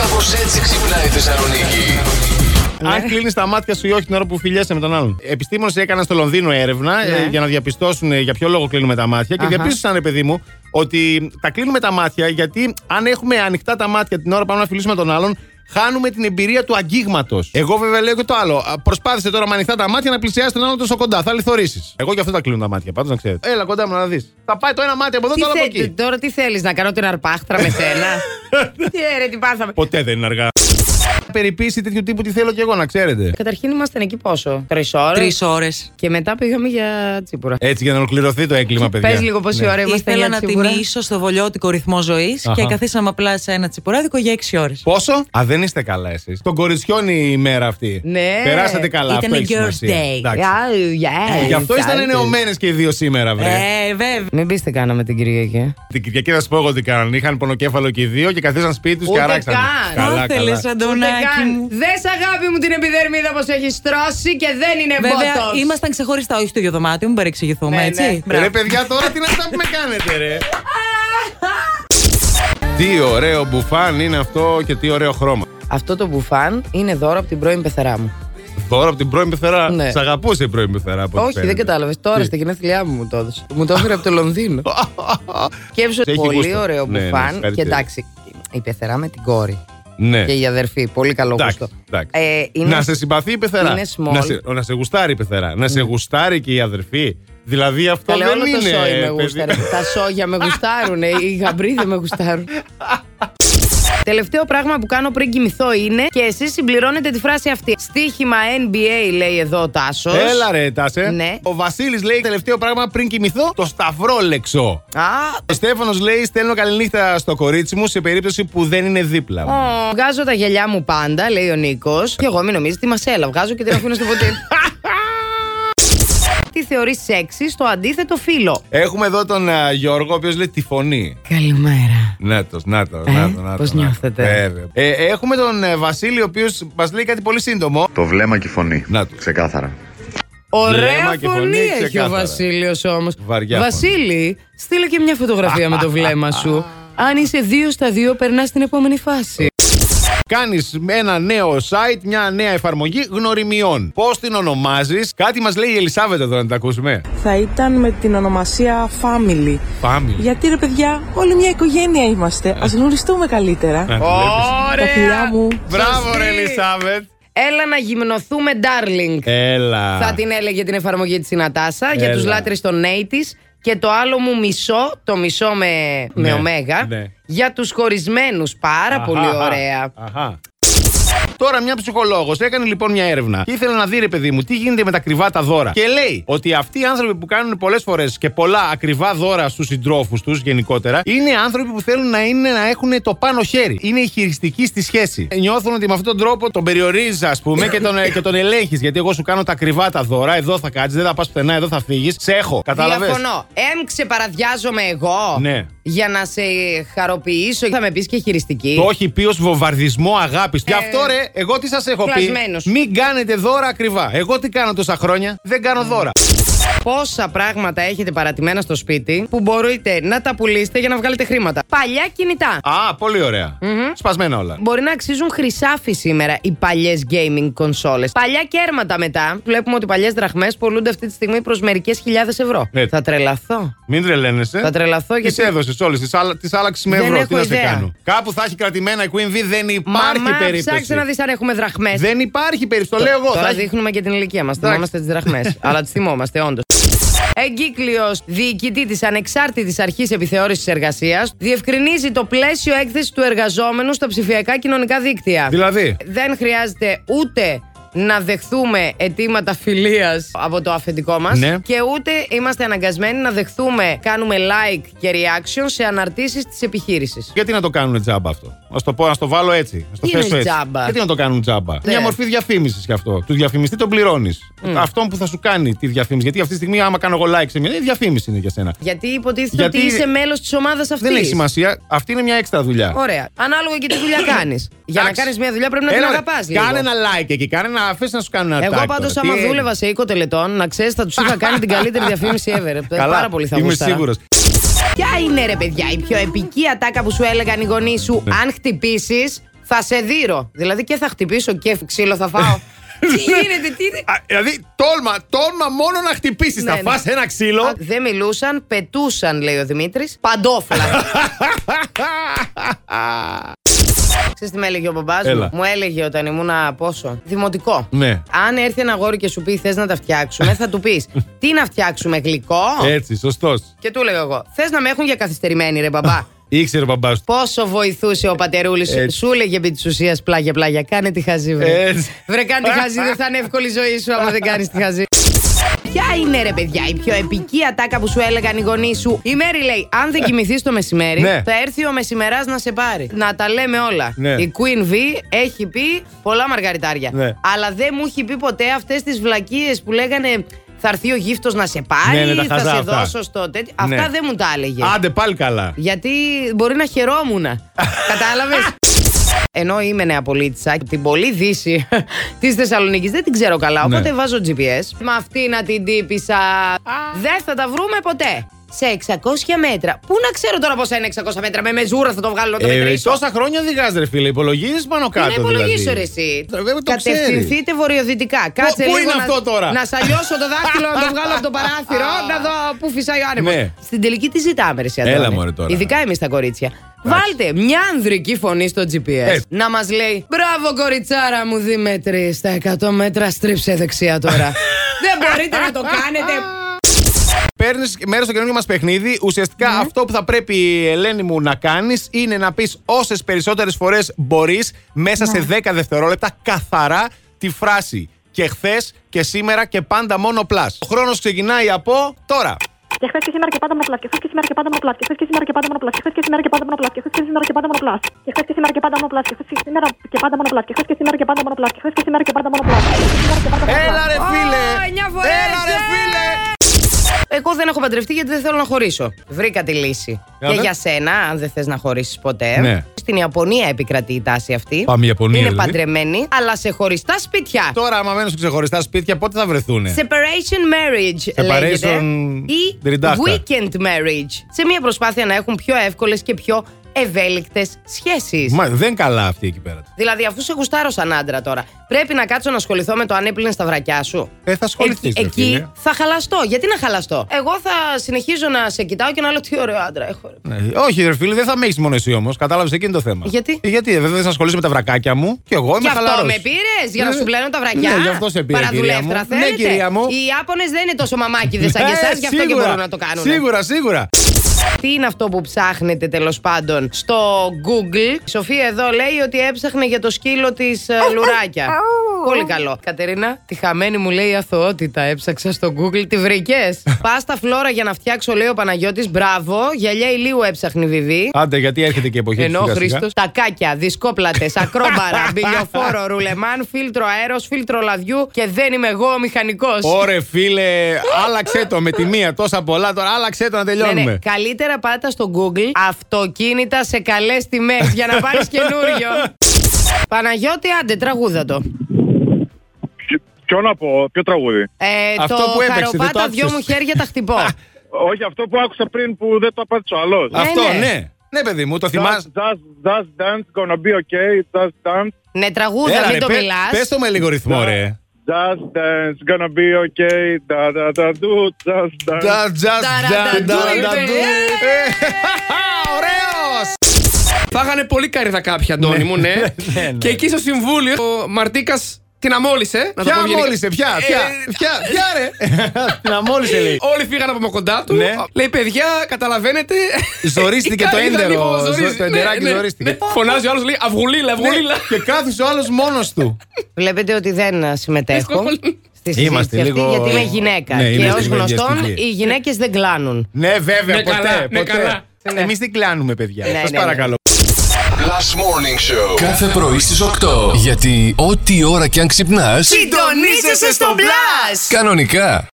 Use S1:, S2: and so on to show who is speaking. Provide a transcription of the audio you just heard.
S1: Κάπως έτσι ξυπνάει η Θεσσαλονίκη.
S2: Αν κλείνεις τα μάτια σου ή όχι την ώρα που φιλιέσαι με τον άλλον. Επιστήμονες έκαναν στο Λονδίνο έρευνα
S3: Ναι.
S2: ε, για να διαπιστώσουν ε, για ποιο λόγο κλείνουμε τα μάτια. Και
S3: Αχα.
S2: διαπίστωσαν, ρε παιδί μου, ότι τα κλείνουμε τα μάτια γιατί αν έχουμε ανοιχτά τα μάτια την ώρα που πάμε να φιλήσουμε τον άλλον, χάνουμε την εμπειρία του αγγίγματος. Εγώ βέβαια λέω και το άλλο. Α, Προσπάθησε τώρα με ανοιχτά τα μάτια να πλησιάσει τον άλλον τόσο κοντά. Θα λιθορήσει. Εγώ γι' αυτό τα κλείνω τα μάτια, πάντως να ξέρετε. Έλα κοντά μου να δεις. Θα πάει το ένα μάτι από εδώ,
S3: Τι
S2: το άλλο από
S3: θε-
S2: εκεί.
S3: Τώρα τι θέλεις, να κάνω την αρπάχτρα με σένα. Τι έρε, τι πάθαμε.
S2: Ποτέ δεν είναι αργά. Περιποίηση τέτοιου τύπου τι θέλω κι εγώ να ξέρετε.
S3: Καταρχήν ήμασταν εκεί πόσο. Τρεις ώρες.
S4: Τρεις ώρες.
S3: Και μετά πήγαμε για τσίπουρα.
S2: Έτσι για να ολοκληρωθεί το έγκλημα, Ε, παιδιά.
S3: Πε λίγο πόση
S2: Ναι.
S3: ώρα είμαστε
S4: Ήθελα
S3: για
S4: να
S3: τσίπουρα.
S4: τιμήσω στο βολιώτικο ρυθμό ζωής και
S2: Αχα.
S4: καθίσαμε απλά σε ένα τσιπουράδικο για 6 ώρες.
S2: Πόσο? Α, δεν είστε καλά εσείς. Τον κοριτσιόν η ημέρα αυτή.
S3: Ναι.
S2: Περάσατε καλά.
S4: Ήτανε
S2: αυτό έχει
S4: Girls'
S2: σημασία.
S4: Day.
S2: Εντάξει. Ε,
S3: Α, yeah,
S2: Γι' αυτό ήσταν
S3: excited.
S2: ενεωμένε και οι δύο σήμερα, βρε.
S4: Ε, βέβαια.
S3: Μην πεις τι κάναμε την Κυριακή.
S2: Την Κυριακή θα σου πω εγώ τι κάνανε. Είχαν πονοκέφαλο και οι δύο και καθίσαν σπίτι τους και
S3: Ούτε
S2: αράξαν.
S3: καν.
S4: Θα ήθελε, Αντωνάκη μου.
S3: Δες αγάπη μου την επιδερμίδα πως έχεις στρώσει και δεν είναι
S4: Βέβαια,
S3: botox.
S4: ήμασταν ξεχωριστά, όχι στο ίδιο δωμάτιο, μην παρεξηγηθούμε,
S3: Ναι,
S4: έτσι.
S3: ναι.
S2: Ε, Ρε
S4: Μπράβο.
S2: παιδιά, τώρα τι είναι αυτά που με κάνετε, ρε. τι ωραίο μπουφάν είναι αυτό και τι ωραίο χρώμα.
S3: Αυτό το μπουφάν είναι δώρο από την πρώην πεθερά μου.
S2: Τώρα από την πρώην πεθερά.
S3: Ναι.
S2: Σ' αγαπούσε η πρώην πεθερά. από ό,τι
S3: Όχι, δεν
S2: φαίνεται.
S3: κατάλαβες. Τώρα
S2: Τι.
S3: στα γενέθλιά μου μου το έδωσε. Μου το έφερε από το Λονδίνο. Σκέψω
S2: Έχει
S3: πολύ
S2: γούστο.
S3: ωραίο
S2: Ναι, ναι,
S3: μπουφάν. και
S2: συγχαρητήρια.
S3: εντάξει, η πεθερά με την κόρη.
S2: Ναι.
S3: Και η αδερφή. Πολύ καλό
S2: Εντάξει,
S3: γούστο.
S2: εντάξει.
S3: Ε, είναι-
S2: Να σε συμπαθεί η πεθερά.
S3: είναι small.
S2: Να, σε, να σε γουστάρει η πεθερά. Να σε γουστάρει και η αδερφή. Δηλαδή αυτό
S3: Καλέ,
S2: δεν
S3: όλο
S2: είναι.
S3: το σόι με
S2: παιδί.
S3: γούσταρε. Τα σόγια με γουστάρουν. ε, Οι γαμπρίδε με γουστάρουν. Τελευταίο πράγμα που κάνω πριν κοιμηθώ είναι και εσείς συμπληρώνετε τη φράση αυτή. Στίχημα NBA λέει εδώ ο Τάσος.
S2: Έλα ρε, τάσε.
S3: Ναι.
S2: Ο Βασίλης λέει τελευταίο πράγμα πριν κοιμηθώ. Το σταυρόλεξο.
S3: Α,
S2: Ο Στέφανος λέει: Στέλνω καληνύχτα στο κορίτσι μου σε περίπτωση που δεν είναι δίπλα. μου.
S3: ω, βγάζω τα γυαλιά μου πάντα, λέει ο Νίκος. Και εγώ μην νομίζετε τη μασέλα. Βγάζω και την αφήνω στο ποτήρι. Τι θεωρείς σεξι στο αντίθετο φίλο.
S2: Έχουμε εδώ τον α, Γιώργο, ο οποίος λέει τη φωνή.
S3: Καλημέρα.
S2: Νάτο, νάτο,
S3: Ε,
S2: νάτο. νάτο,
S3: πώς
S2: νάτο.
S3: νιώθετε?
S2: Ε, ρε. Ε, έχουμε τον ε, Βασίλη, ο οποίος μας λέει κάτι πολύ σύντομο.
S5: Το βλέμμα και η φωνή.
S2: Να το.
S5: Ξεκάθαρα.
S3: Ωραία
S2: Βλέμμα και φωνή
S3: φωνή έχει ο
S2: ξεκάθαρα.
S3: Βασίλειος όμως.
S2: Βαριά
S3: Βασίλη, στείλε και μια φωτογραφία με το βλέμμα σου. Αν είσαι δύο στα δύο, περνάς στην επόμενη φάση.
S2: Κάνεις ένα νέο site, μια νέα εφαρμογή γνωριμιών. Πώς την ονομάζεις, κάτι μας λέει η Ελισάβετ εδώ να τα ακούσουμε.
S6: θα ήταν με την ονομασία Family.
S2: Πάμε.
S6: Γιατί ρε παιδιά, όλη μια οικογένεια είμαστε. Ας γνωριστούμε καλύτερα.
S2: Να τη βλέπεις.
S6: Τα φιλιά μου.
S2: Μπράβο, ρε Ελισάβετ.
S3: Έλα να γυμνοθούμε, darling.
S2: Έλα.
S3: Θα την έλεγε την εφαρμογή της η Νατάσα για
S2: Ε, Έλα.
S3: τους λάτρε των Νέιτη και το άλλο μου μισό, το μισό με, με
S2: Ναι,
S3: ωμέγα,
S2: ναι.
S3: για τους χωρισμένους. Πάρα
S2: Αχα,
S3: πολύ
S2: αχα,
S3: ωραία.
S2: αχα. Τώρα μια ψυχολόγος έκανε λοιπόν μια έρευνα και ήθελε να δει ρε παιδί μου τι γίνεται με τα ακριβά τα δώρα. Και λέει ότι αυτοί οι άνθρωποι που κάνουν πολλές φορές και πολλά ακριβά δώρα στους συντρόφους τους γενικότερα είναι άνθρωποι που θέλουν να, είναι, να έχουν το πάνω χέρι. Είναι οι χειριστικοί στη σχέση. Ε, Νιώθουν ότι με αυτόν τον τρόπο τον περιορίζεις, ας πούμε, και τον, ε, και τον ελέγχεις. Γιατί εγώ σου κάνω τα ακριβά τα δώρα, εδώ θα κάτσεις, δεν θα πας πουθενά, εδώ θα φύγεις. Σε έχω. Κατάλαβες.
S3: Διαφωνώ. Εμ ξεπαραδιάζομαι εγώ
S2: Ναι.
S3: για να σε χαροποιήσω. Θα με πεις και χειριστική.
S2: Το έχει πει ως βομβαρδισμό αγάπης.
S3: Ε.
S2: Γι' αυτό ρε, εγώ τι σας έχω πει.
S3: κλασμένος.
S2: Μην κάνετε δώρα ακριβά. Εγώ τι κάνω τόσα χρόνια. Δεν κάνω δώρα.
S3: Πόσα πράγματα έχετε παρατημένα στο σπίτι που μπορείτε να τα πουλήσετε για να βγάλετε χρήματα. Παλιά κινητά.
S2: Α, πολύ ωραία. Σπασμένα όλα.
S3: Μπορεί να αξίζουν χρυσάφι σήμερα οι παλιές gaming κονσόλε. Παλιά κέρματα μετά. Βλέπουμε ότι παλιές δραχμές πουλούνται αυτή τη στιγμή προς μερικές χιλιάδες ευρώ.
S2: Ναι.
S3: Θα τρελαθώ.
S2: Μην τρελαίνεσαι.
S3: Θα τρελαθώ
S2: Τις
S3: γιατί-
S2: έδωσες όλες, τις άλλαξε με
S3: Δεν
S2: ευρώ. Τι
S3: έχω
S2: να σε
S3: ιδέα.
S2: κάνω. Κάπου θα έχει κρατημένα η Queen V, δεν υπάρχει
S3: Μαμά,
S2: περίπτωση.
S3: ψάξε να δεις αν έχουμε δραχμές.
S2: Δεν υπάρχει περίπτωση. Το λέω εγώ.
S3: Τώρα
S2: θα έχει-
S3: δείχνουμε και την ηλικία μας. Θυμόμαστε τις δραχμές. αλλά τις θυμόμαστε, όντως. Εγκύκλιος διοικητή της ανεξάρτητης αρχής επιθεώρησης εργασίας διευκρινίζει το πλαίσιο έκθεσης του εργαζόμενου στα ψηφιακά κοινωνικά δίκτυα.
S2: Δηλαδή.
S3: Δεν χρειάζεται ούτε να δεχθούμε αιτήματα φιλίας από το αφεντικό μας
S2: Ναι.
S3: και ούτε είμαστε αναγκασμένοι να δεχθούμε, κάνουμε like και reaction σε αναρτήσεις της επιχείρησης.
S2: Γιατί να το κάνουν τζάμπα αυτό. Ας το πω, ας το βάλω έτσι. Ας το
S3: Τι
S2: θέσω
S3: είναι
S2: έτσι.
S3: τζάμπα?
S2: Γιατί να το κάνουν τζάμπα.
S3: Ναι. Mm.
S2: Μια μορφή διαφήμισης κι αυτό. Τους διαφημιστή τον πληρώνεις. Αυτόν που θα σου κάνει τη διαφήμιση. Γιατί αυτή τη στιγμή, άμα κάνω εγώ like σε μια. ε, διαφήμιση είναι για σένα.
S3: Γιατί υποτίθεται
S2: Γιατί
S3: ότι είσαι μέλος της ομάδας αυτής.
S2: Δεν έχει σημασία. Αυτή είναι μια έξτρα δουλειά.
S3: Ωραία. Ανάλογα και τι δουλειά κάνεις. Για να
S2: Εντάξει.
S3: κάνεις μια δουλειά πρέπει να την
S2: Έλα,
S3: αγαπάς.
S2: Κάνε ένα like εκεί. Κάνε ένα. Αφήσεις να σου κάνουν ένα
S3: Εγώ
S2: tag
S3: πάντως,
S2: τώρα.
S3: άμα
S2: Τι
S3: δούλευα σε οίκο τελετών, να ξέρεις, θα τους είχα κάνει την καλύτερη διαφήμιση ever. Ε,
S2: έγινε.
S3: Πάρα πολύ θα
S2: Είμαι
S3: γούσταρα.
S2: σίγουρος. Ναι.
S3: Ποια είναι ρε παιδιά η πιο επική ατάκα που σου έλεγαν οι γονείς σου, αν χτυπήσεις, Θα σε δείρω. Δηλαδή και θα χτυπήσω και ξύλο θα φάω. τι γίνεται, τι είναι.
S2: Α, δηλαδή, τόλμα, τόλμα μόνο να χτυπήσεις.
S3: Ναι,
S2: θα
S3: ναι.
S2: φας ένα
S3: Α,
S2: ξύλο.
S3: Δεν μιλούσαν, πετούσαν, λέει ο Δημήτρης. Παντόφλα. Ξέρεις τι με έλεγε ο μπαμπάς
S2: Έλα.
S3: μου. Μου έλεγε όταν ήμουν πόσο. Δημοτικό.
S2: Ναι.
S3: Αν έρθει ένα αγόρι και σου πει θες να τα φτιάξουμε, θα του πεις Τι να φτιάξουμε, γλυκό.
S2: Έτσι, σωστός.
S3: Και του λέω εγώ. Θες να με έχουν για καθυστερημένη, ρε μπαμπά.
S2: Ήξερε ο μπαμπάς του.
S3: Πόσο βοηθούσε ο πατερούλης σου.
S2: Έτσι.
S3: Σου έλεγε επί της ουσίας πλάγια-πλάγια. Κάνε τη χαζή, βρε.
S2: Έτσι.
S3: Βρε, κάνε τη χαζή. Δεν θα είναι εύκολη η ζωή σου άμα δεν κάνεις τη χαζή. Ποια είναι ρε παιδιά η πιο επική ατάκα που σου έλεγαν οι γονείς σου. Η Μέρη λέει: Αν δεν κοιμηθείς το μεσημέρι,
S2: Ναι.
S3: θα έρθει ο μεσημεράς να σε πάρει. Να τα λέμε όλα.
S2: Ναι.
S3: Η Queen V έχει πει πολλά μαργαριτάρια.
S2: Ναι.
S3: Αλλά δεν μου έχει πει ποτέ αυτές τις βλακίες που λέγανε Θα έρθει ο γύφτος να σε πάρει,
S2: Ναι, ναι, τα
S3: θα
S2: χαζά
S3: σε
S2: αυτά.
S3: δώσω στο τέτοιο.
S2: Ναι.
S3: Αυτά δεν μου τα έλεγε.
S2: Άντε πάλι καλά.
S3: Γιατί μπορεί να χαιρόμουν. Κατάλαβες. Ενώ είμαι νέα πολίτησα, την πολύ δύση της Θεσσαλονίκης δεν την ξέρω καλά. Οπότε
S2: Ναι.
S3: βάζω GPS. Με αυτή να την τύπησα. Δεν θα τα βρούμε ποτέ. Σε 600 μέτρα. Πού να ξέρω τώρα πόσα είναι 600 μέτρα. Με μεζούρα θα το βγάλω να το
S2: Ε,
S3: μετρήσω.
S2: τόσα χρόνια οδηγάς ρε φίλε. Υπολογίζεις πάνω
S3: Τι
S2: κάτω.
S3: να υπολογίσω,
S2: δηλαδή.
S3: ρε εσύ.
S2: Ε, βέβαια, το ξέρεις.
S3: Κατευθυνθείτε βορειοδυτικά. Κάτσε
S2: πού
S3: λίγο
S2: είναι
S3: να,
S2: αυτό τώρα?
S3: Να σαλιώσω το δάχτυλο, να το βγάλω από το παράθυρο, να δω πού φυσάει ο άνεμος.
S2: Ναι.
S3: Στην τελική τι ζητάμε, ρε εσύ,
S2: Έλα,
S3: Αντώνη.
S2: μωρέ, τώρα.
S3: Ειδικά εμείς τα κορίτσια. Βάλτε μια ανδρική φωνή στο GPS
S2: Ε.
S3: να μας λέει Μπράβο, κοριτσάρα μου Δημήτρη. Στα 100 μέτρα στρίψε δεξιά τώρα. Δεν μπορείτε να το κάνετε.
S2: Παίρνεις μέρος στο καινούργιο μας παιχνίδι. Ουσιαστικά
S5: Ναι.
S2: αυτό που θα πρέπει η Ελένη μου να κάνεις είναι να πεις όσες περισσότερες φορές μπορείς μέσα
S5: Ναι.
S2: σε 10 δευτερόλεπτα καθαρά τη φράση. Και χθες και σήμερα και πάντα μόνο πλάσ. Ο χρόνος ξεκινάει από τώρα.
S5: Και χθες και σήμερα και πάντα μονοπλάσ. Και χθες και σήμερα και πάντα μονοπλάσ. Και χθες και σήμερα και πάντα μονοπλάσ. Και χθες και σήμερα και πάντα μονοπλάσ. Και χθες και σήμερα και πάντα μονοπλάσ. Και χθες και σήμερα και πάντα μονοπλάσ. Και χθες και σήμερα και πάντα μονοπλάσ. Και χθες και σήμερα και πάντα μονοπλάσ. Και χθες και σήμερα και πάντα μονοπλάσ. Και χθες και σήμερα και πάντα μονοπλάσ.
S2: Έλα ρε φίλε!
S3: εννιά φορές,
S2: Έλα ρε
S3: ε!
S2: φίλε!
S3: Εγώ δεν έχω παντρευτεί γιατί δεν θέλω να χωρίσω. Βρήκα τη λύση.
S2: Έλα.
S3: Και για σένα, αν δεν θες να χωρίσεις ποτέ.
S2: Ναι.
S3: Στην Ιαπωνία επικρατεί η τάση αυτή.
S2: Πάμε Ιαπωνία,
S3: Είναι
S2: δηλαδή.
S3: παντρεμένοι, αλλά σε χωριστά σπίτια.
S2: Τώρα, άμα μένουν σε ξεχωριστά σπίτια, πότε θα βρεθούν.
S3: Separation marriage
S2: Ναι. Separation
S3: λέγεται ή
S2: τριντάχτα.
S3: weekend marriage σε μια προσπάθεια να έχουν πιο εύκολες και πιο ευέλικτες σχέσεις.
S2: Μα δεν καλά αυτή εκεί πέρα.
S3: Δηλαδή, αφού σε γουστάρω σαν άντρα τώρα, πρέπει να κάτσω να ασχοληθώ με το αν έπλυνε στα βρακιά σου.
S2: Ε, θα ασχοληθείς,
S3: Εκεί,
S2: ρε
S3: εκεί
S2: φίλε.
S3: θα χαλαστώ. Γιατί να χαλαστώ. Εγώ θα συνεχίζω να σε κοιτάω και να λέω τι ωραίο άντρα έχω. ρε».
S2: Ναι. Όχι, ρε φίλε, δεν θα με έχεις μόνο εσύ όμως. Κατάλαβες εκείνο το θέμα.
S3: Γιατί?
S2: Ε, Γιατί ε, δεν θα ασχολείσαι με τα βρακάκια μου και εγώ είμαι
S3: Γι' αυτό
S2: χαλαρός.
S3: με πήρες, για να
S2: Ναι.
S3: σου πλένω τα βρακιά.
S2: Ναι, γι' αυτό σε πήρα, κυρία μου.
S3: Παραδουλεύτρα
S2: Ναι,
S3: θέλετε.
S2: κυρία μου.
S3: Οι Ιάπωνες δεν είναι τόσο μαμάκιδες σαν και
S2: Ε,
S3: εσάς, γι' αυτό και
S2: σίγουρα.
S3: μπορούν να το κάνουν.
S2: Σίγουρα, σίγουρα.
S3: Τι είναι αυτό που ψάχνετε τέλος πάντων στο Google. Η Σοφία εδώ λέει ότι έψαχνε για το σκύλο της Λουράκια. Πολύ καλό. Κατερίνα, τη χαμένη μου λέει αθωότητα. Έψαξα στο Google, τη βρήκες. Πάστα φλόρα για να φτιάξω, λέει ο Παναγιώτης. Μπράβο, γυαλιά ηλίου έψαχνε η Βιβί.
S2: Άντε, γιατί έρχεται και η εποχή
S3: Ενώ ο
S2: του σιγά
S3: Χρήστο. Τακάκια, δισκόπλατες, ακρόμπαρα, μπιλιοφόρο, ρουλεμάν, φίλτρο αέρος, φίλτρο λαδιού και δεν είμαι εγώ ο μηχανικός.
S2: Ωρε φίλε, άλλαξε το με τη μία τόσα πολλά τώρα, άλλαξε το να τελειώνουμε.
S3: Ναι, ναι. Καλύτερα πάτα στο Google αυτοκίνητα σε καλές τιμές για να πάρει καινούριο. Παναγιώτη, άντε, τραγούδα το.
S7: Ποιο να πω, ποιο τραγούδι.
S3: Ε,
S2: Αυτό
S3: το
S2: που έπαιξε, δεν το
S3: χαροπάτα,
S2: άκουσες.
S3: δυο μου χέρια τα χτυπώ.
S7: Όχι, αυτό που άκουσα πριν που δεν το απάντησε ο άλλο.
S3: Ναι,
S2: Αυτό,
S3: ναι.
S2: ναι. ναι. παιδί μου, το
S7: Just,
S2: θυμάσαι.
S7: just, just dance, gonna be okay. Just dance,
S3: ναι, τραγούδα, μην το
S2: πε-
S3: μιλάς.
S2: πες το με λίγο ρυθμό, ρε.
S7: just dance, gonna be okay. Da da da do, just dance.
S2: Τα- just-
S3: Ταρανταντού,
S2: τα- τα-
S3: είπε.
S2: ντου. Ε, Ωραίος!
S8: Φάγανε πολύ καρύδα κάποια, Αντώνη μου, ναι.
S2: ναι, ναι.
S8: Και εκεί στο συμβούλιο ο Μαρτίκας την αμόλυσε. να τα
S2: Ποια
S8: πω γενικά.
S2: μόλισε, ποια,
S8: Ε,
S2: ποια, ποια, ποια ρε. Την αμόλυσε λέει.
S8: Όλοι φύγανε από κοντά του.
S2: Ναι.
S8: Λέει, παιδιά, καταλαβαίνετε.
S2: Ζορίστηκε
S8: η
S2: το
S8: καρύδα
S2: έντερο,
S8: λίγο
S2: ζο-
S8: ζορίζει.
S2: το εντεράκι ζορίστηκε.
S8: ναι. Φωνάζει ο άλλος, λέει, Αυγουλίλα, Αυγουλίλα.
S2: Ναι, Και κάθισε ο άλλος μόνος του.
S3: Βλέπετε ότι δεν α, συμμετέχω
S8: Δύσκολο.
S3: στη συζήτηση
S2: Είμαστε
S3: αυτή,
S2: λίγο-
S3: γιατί είμαι γυναίκα.
S2: Ναι,
S3: και
S2: είμαστε
S3: ως
S2: λίγο
S3: γνωστόν,
S2: διαστημικοί.
S3: οι γυναίκες δεν κλάνουν.
S2: Ναι, βέβαια,
S8: Ναι, καλά,
S2: ποτέ.
S8: ναι,
S2: ποτέ.
S8: καλά.
S2: Εμείς την κλάνουμε, παιδιά.
S3: Ναι,
S2: Σας
S3: ναι, ναι.
S2: παρακαλώ.
S1: Last Morning Show.
S9: Κάθε πρωί στις 8. Γιατί ό,τι ώρα κι αν ξυπνάς,
S3: Συντονίζεσαι στο μπλα!
S9: κανονικά.